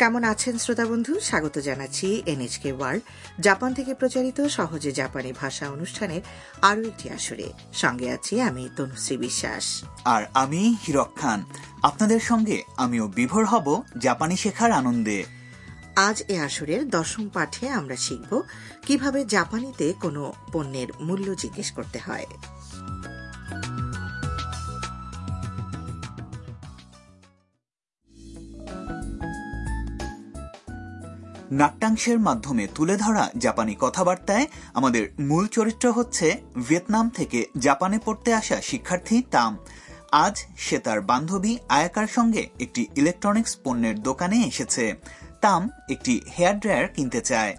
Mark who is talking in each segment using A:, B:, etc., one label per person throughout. A: কেমন আছেন শ্রোতা বন্ধু স্বাগত জানাচ্ছি এনএচকে ওয়ার্ল্ড জাপান থেকে প্রচারিত সহজে জাপানি ভাষা অনুষ্ঠানের আরও একটি আসরে সঙ্গে আছি আমি তনুশ্রী বিশ্বাস
B: আর আমি হিরক খান আপনাদের সঙ্গে আমিও বিভোর হব জাপানি শেখার আনন্দে
A: আজ এ আসরের দশম পাঠে আমরা শিখব কিভাবে জাপানিতে কোনো পণ্যের মূল্য জিজ্ঞেস করতে হয়
B: নাট্যাংশের মাধ্যমে তুলে ধরা জাপানি কথাবার্তায় আমাদের মূল চরিত্র হচ্ছে ভিয়েতনাম থেকে জাপানে পড়তে আসা শিক্ষার্থী তাম আজ সে তার বান্ধবী আয়াকার সঙ্গে একটি ইলেকট্রনিক্স পণ্যের দোকানে এসেছে তাম একটি হেয়ার ড্রায়ার কিনতে চায়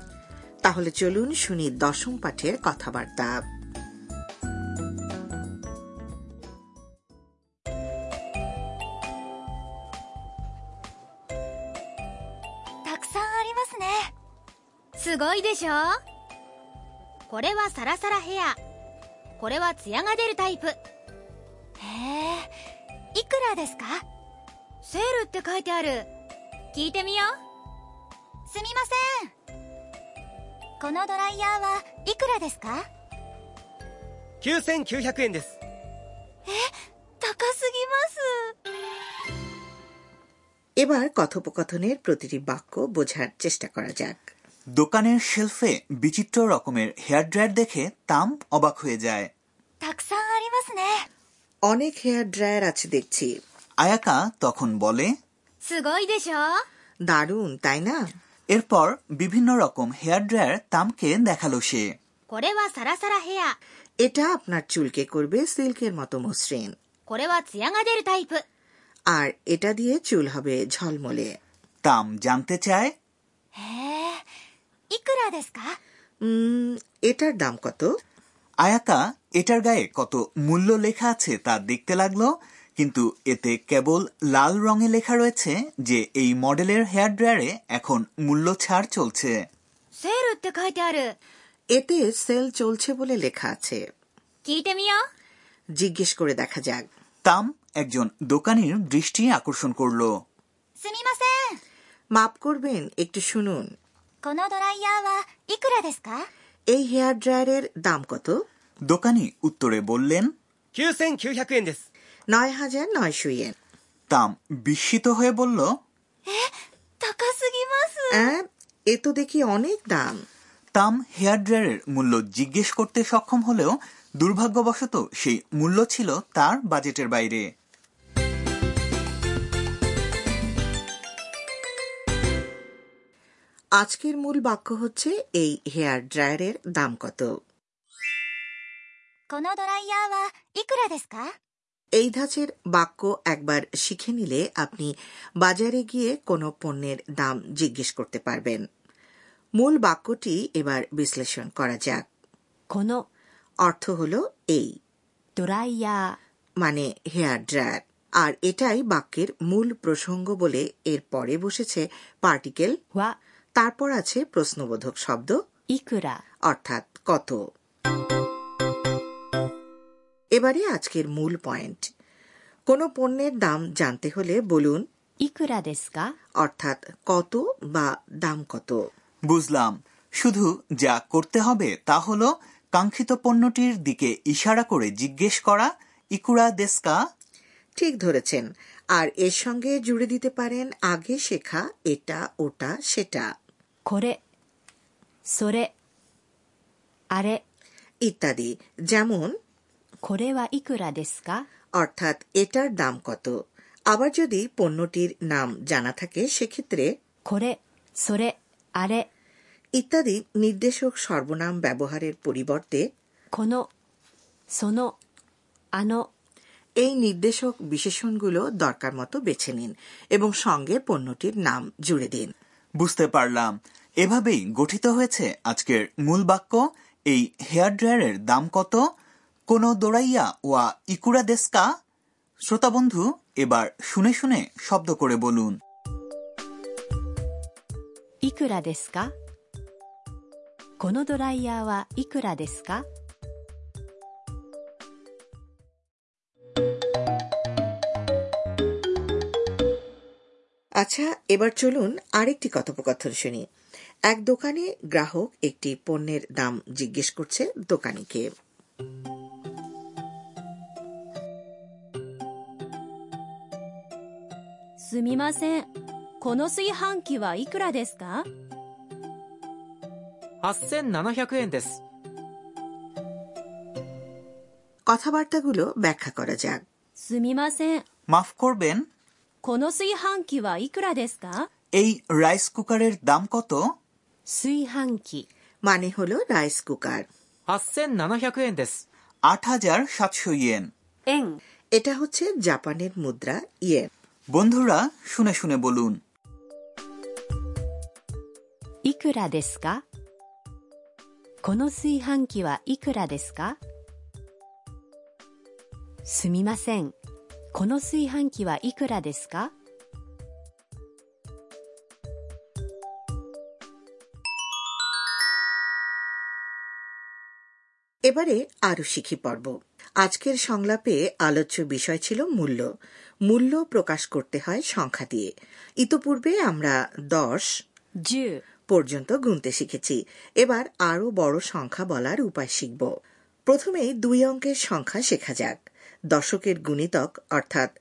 A: তাহলে চলুন শুনি দশম পাঠের কথাবার্তা
C: たくさんありますねすごいでしょこれはサラサラヘアこれはツヤが出るタイプへえいくらですかセールって書いてある聞いてみようすみませんこのドライヤーはいくらですか
D: 9900円です
C: 高すぎます
A: এবার কথোপকথনের প্রতিটি বাক্য বোঝার চেষ্টা করা যাক
B: দোকানের শেলফে বিচিত্র রকমের হেয়ার ড্রায়ার দেখে তাম অবাক হয়ে যায়
C: たくさんありますね
A: অনেক হেয়ার ড্রায়ার আছে দেখছি
B: আয়াকা তখন বলে
C: すごいでしょ
A: দারুণ তাই না
B: এরপর বিভিন্ন রকম হেয়ার ড্রায়ার তামকে দেখালো সে
C: これはサラサラヘア
A: এটা আপনার চুলকে করবে সিল্কের মতো মসৃণ
C: これはツヤが出るタイプ
A: আর এটা দিয়ে চুল হবে ঝলমলে
B: তাম জানতে চায়
C: いくらですか
A: উম, এটার দাম কত
B: আয়াকা এটার গায়ে কত মূল্য লেখা আছে তা দেখতে লাগলো কিন্তু এতে কেবল লাল রঙে লেখা রয়েছে যে এই মডেলের হেয়ার ড্রায়ারে এখন মূল্য ছাড় চলছে
C: セールって書いてある
A: এতে সেল চলছে বলে লেখা আছে
C: 聞いてみよ
A: জিজ্ঞেস করে দেখা যাক
B: তাম একজন দোকানির দৃষ্টি আকর্ষণ করলো
C: うすみません
A: মাপ করবেন একটু শুনুন
C: このドライヤーはいくらですか
A: এই হেয়ার ড্রায়ারের দাম কত
B: দোকানি উত্তরে বললেন
D: 9900円です
A: নয় হাজার নয়শো ইয়েন
B: তাম বিস্মিত হয়ে বলল
C: 高すぎま
A: আহ, এ তো দেখি অনেক দাম
B: তাম হেয়ার ড্রায়ারের মূল্য জিজ্ঞেস করতে সক্ষম হলেও দুর্ভাগ্যবশত সেই মূল্য ছিল তার বাজেটের বাইরে
A: আজকের মূল বাক্য হচ্ছে এই হেয়ার ড্রায়ারের দাম কত
C: このドライヤーはいくらですか
A: এই ধাঁচের বাক্য একবার শিখে নিলে আপনি বাজারে গিয়ে কোনো পণ্যের দাম জিজ্ঞেস করতে পারবেন মূল বাক্যটি এবার বিশ্লেষণ করা যাক
C: この
A: অর্থ হল এই
C: ドライヤ
A: মানে হেয়ার ড্রায়ার আর এটাই বাক্যের মূল প্রসঙ্গ বলে এর পরে বসেছে পার্টিকেল
C: ーは
A: তারপর আছে প্রশ্নবোধক শব্দ
C: いくら
A: অর্থাৎ কত এবারে আজকের মূল পয়েন্ট কোনো পণ্যের দাম জানতে হলে বলুন
C: いくらですか
A: অর্থাৎ কত বা দাম কত
B: বুঝলাম শুধু যা করতে হবে তা হলো কাঙ্ক্ষিত পণ্যটির দিকে ইশারা করে জিজ্ঞেস করা ইকুরা দেস্কা
A: ঠিক ধরেছেন আর এর সঙ্গে জুড়ে দিতে পারেন আগে শেখা এটা ওটা সেটা
C: これそれあれ
A: ইত্যাদি যেমন
C: これはいくらですか
A: অর্থাৎ এটার দাম কত আবার যদি পণ্যটির নাম জানা থাকে সেক্ষেত্রে
C: これそれあれ
A: ইত্যাদি নির্দেশক সর্বনাম ব্যবহারের পরিবর্তে
C: このそのあの
A: এই নির্দেশক বিশেষণগুলো দরকার মতো বেছে নিন এবং সঙ্গে পণ্যটির নাম জুড়ে দিন
B: বুঝতে পারলাম এভাবেই গঠিত হয়েছে আজকের মূল বাক্য এই হেয়ার ড্রায়ারের দাম কত কোন দোড়াইয়া ওয়া ইকুরা দেস্কা শ্রোতা বন্ধু এবার শুনে শুনে শব্দ করে বলুন
C: いくらですかこのドライヤーはいくらですか
A: আচ্ছা এবার চলুন আরেকটি কথোপকথন শুনি এক দোকানে গ্রাহক একটি পণ্যের দাম জিজ্ঞেস করছে দোকানিকে
E: すみませんこの炊飯器はいくらですか
F: 8700円です。
A: কথাবার্তাগুলো ব্যাখ্যা করা যাক
E: すみません
B: মাফ করবেন
E: この炊飯器はいくらですか
B: এই রাইস কুকারের দাম কত
E: 炊飯器
A: মানে হলো রাইস কুকার
F: 8700円です。
B: আট হাজার সাতশো ইয়েন
E: 円
A: এটা হচ্ছে জাপানের মুদ্রা ইয়েন
B: বন্ধুরা শুনে শুনে বলুন
E: いくらですかこの炊飯器はいくらですかすみませんこの炊飯器はいくらですか
A: এবারে আরও শিখি পর্ব আজকের সংলাপে আলোচ্য বিষয় ছিল মূল্য মূল্য প্রকাশ করতে হয় সংখ্যা দিয়ে ইতোপূর্বে আমরা দশ
E: 10
A: পর্যন্ত গুনতে শিখেছি এবার আরও বড় সংখ্যা বলার উপায় শিখব প্রথমেই দুই অঙ্কের সংখ্যা শেখা যাক দশকের গুণিতক অর্থাৎ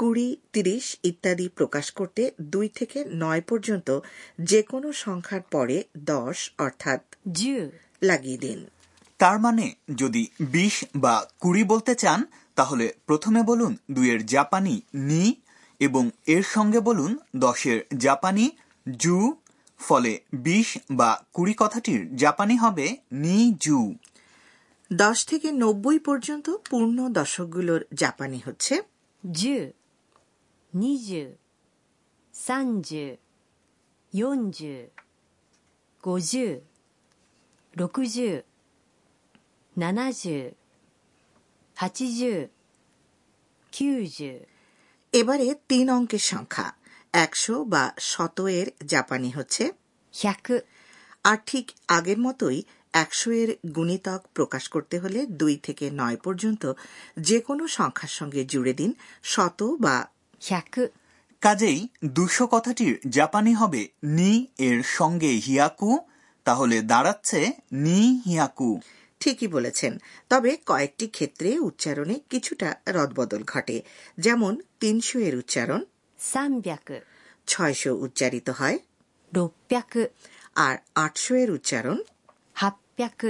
A: কুড়ি তিরিশ ইত্যাদি প্রকাশ করতে দুই থেকে নয় পর্যন্ত যে কোনো সংখ্যার পরে দশ অর্থাৎ
E: 10
A: লাগিয়ে দিন
B: তার মানে যদি বিশ বা কুড়ি বলতে চান তাহলে প্রথমে বলুন দুইয়ের জাপানি নি এবং এর সঙ্গে বলুন দশের জাপানি জু ফলে বিশ বা কুড়ি কথাটির জাপানি হবে নি জু
A: দশ থেকে নব্বই পর্যন্ত পূর্ণ দশকগুলোর জাপানি হচ্ছে
E: 10 20 30 40 50 60 70 80 90
A: এবারে তিন অঙ্কের সংখ্যা একশো বা শত এর জাপানি হচ্ছে
E: 100
A: আর ঠিক আগের মতোই একশো এর গুণিতক প্রকাশ করতে হলে দুই থেকে নয় পর্যন্ত যে কোনো সংখ্যার সঙ্গে জুড়ে দিন শত বা
E: 100
B: কাজেই দুশো কথাটির জাপানি হবে নি এর সঙ্গে হিয়াকু তাহলে দাঁড়াচ্ছে নি হিয়াকু
A: ঠিকই বলেছেন তবে কয়েকটি ক্ষেত্রে উচ্চারণে কিছুটা রদবদল ঘটে যেমন তিনশো এর উচ্চারণ
E: 300
A: ছয়শো উচ্চারিত হয়
E: 600
A: আর আটশো এর উচ্চারণ
E: 800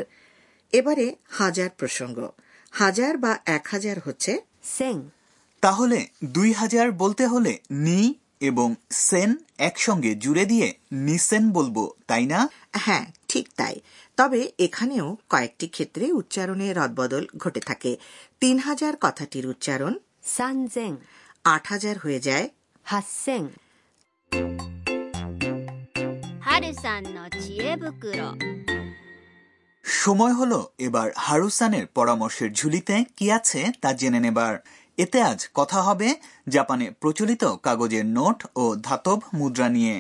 A: এবারে হাজার প্রসঙ্গ হাজার বা এক হাজার হচ্ছে
E: 1000
B: তাহলে দুই হাজার বলতে হলে নি এবং সেন একসঙ্গে জুড়ে দিয়ে নিসেন বলবো তাই না
A: হ্যাঁ ঠিক তাই তবে এখানেও কয়েকটি ক্ষেত্রে উচ্চারণে রদবদল ঘটে থাকে তিন হাজার কথাটির উচ্চারণ
E: 3000
A: আট হাজার হয়ে যায়
E: 8000
C: 春さんの知恵袋
B: সময় হলো এবার হারুসানের পরামর্শের ঝুলিতে কি আছে তা জেনে নেবার এতে আজ কথা হবে জাপানে প্রচলিত কাগজের নোট ও ধাতব মুদ্রা নিয়ে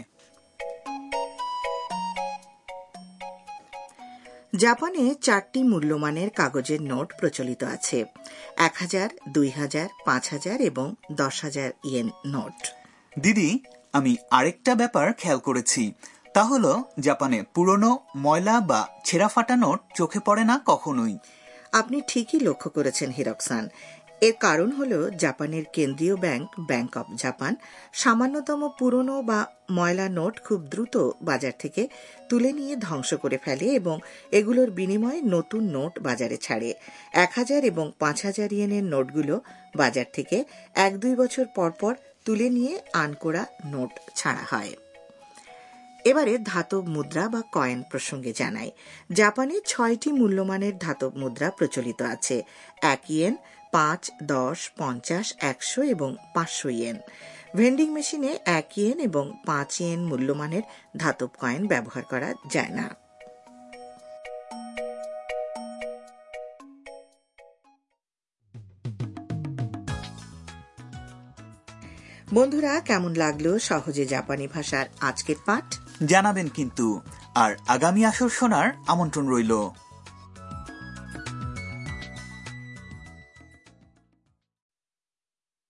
A: জাপানে চারটি মূল্যমানের কাগজের নোট প্রচলিত আছে এক হাজার দুই হাজার পাঁচ হাজার এবং দশ হাজার ইয়েন নোট
B: দিদি আমি আরেকটা ব্যাপার খেয়াল করেছি তা হলো জাপানে পুরনো ময়লা বা ছেঁড়া ফাটা নোট চোখে পড়ে না কখনোই
A: আপনি ঠিকই লক্ষ্য করেছেন হিরকসান এর কারণ হল জাপানের কেন্দ্রীয় ব্যাংক ব্যাংক অব জাপান সামান্যতম পুরনো বা ময়লা নোট খুব দ্রুত বাজার থেকে তুলে নিয়ে ধ্বংস করে ফেলে এবং এগুলোর বিনিময়ে নতুন নোট বাজারে ছাড়ে এক হাজার এবং পাঁচ হাজার ইয়েনের নোটগুলো বাজার থেকে এক দুই বছর পর পর তুলে নিয়ে আনকোরা নোট ছাড়া হয় এবারে ধাতব মুদ্রা বা কয়েন প্রসঙ্গে জানাই জাপানে ছয়টি মূল্যমানের ধাতব মুদ্রা প্রচলিত আছে এক ইয়েন পাঁচ দশ পঞ্চাশ একশো এবং পাঁচশো ইয়েন ভেন্ডিং মেশিনে এক ইয়েন এবং পাঁচ ইয়েন মূল্যমানের ধাতব কয়েন ব্যবহার করা যায় না বন্ধুরা কেমন লাগলো সহজে জাপানি ভাষার আজকের পাঠ
B: জানাবেন কিন্তু আর আগামী আসর শোনার আমন্ত্রণ রইল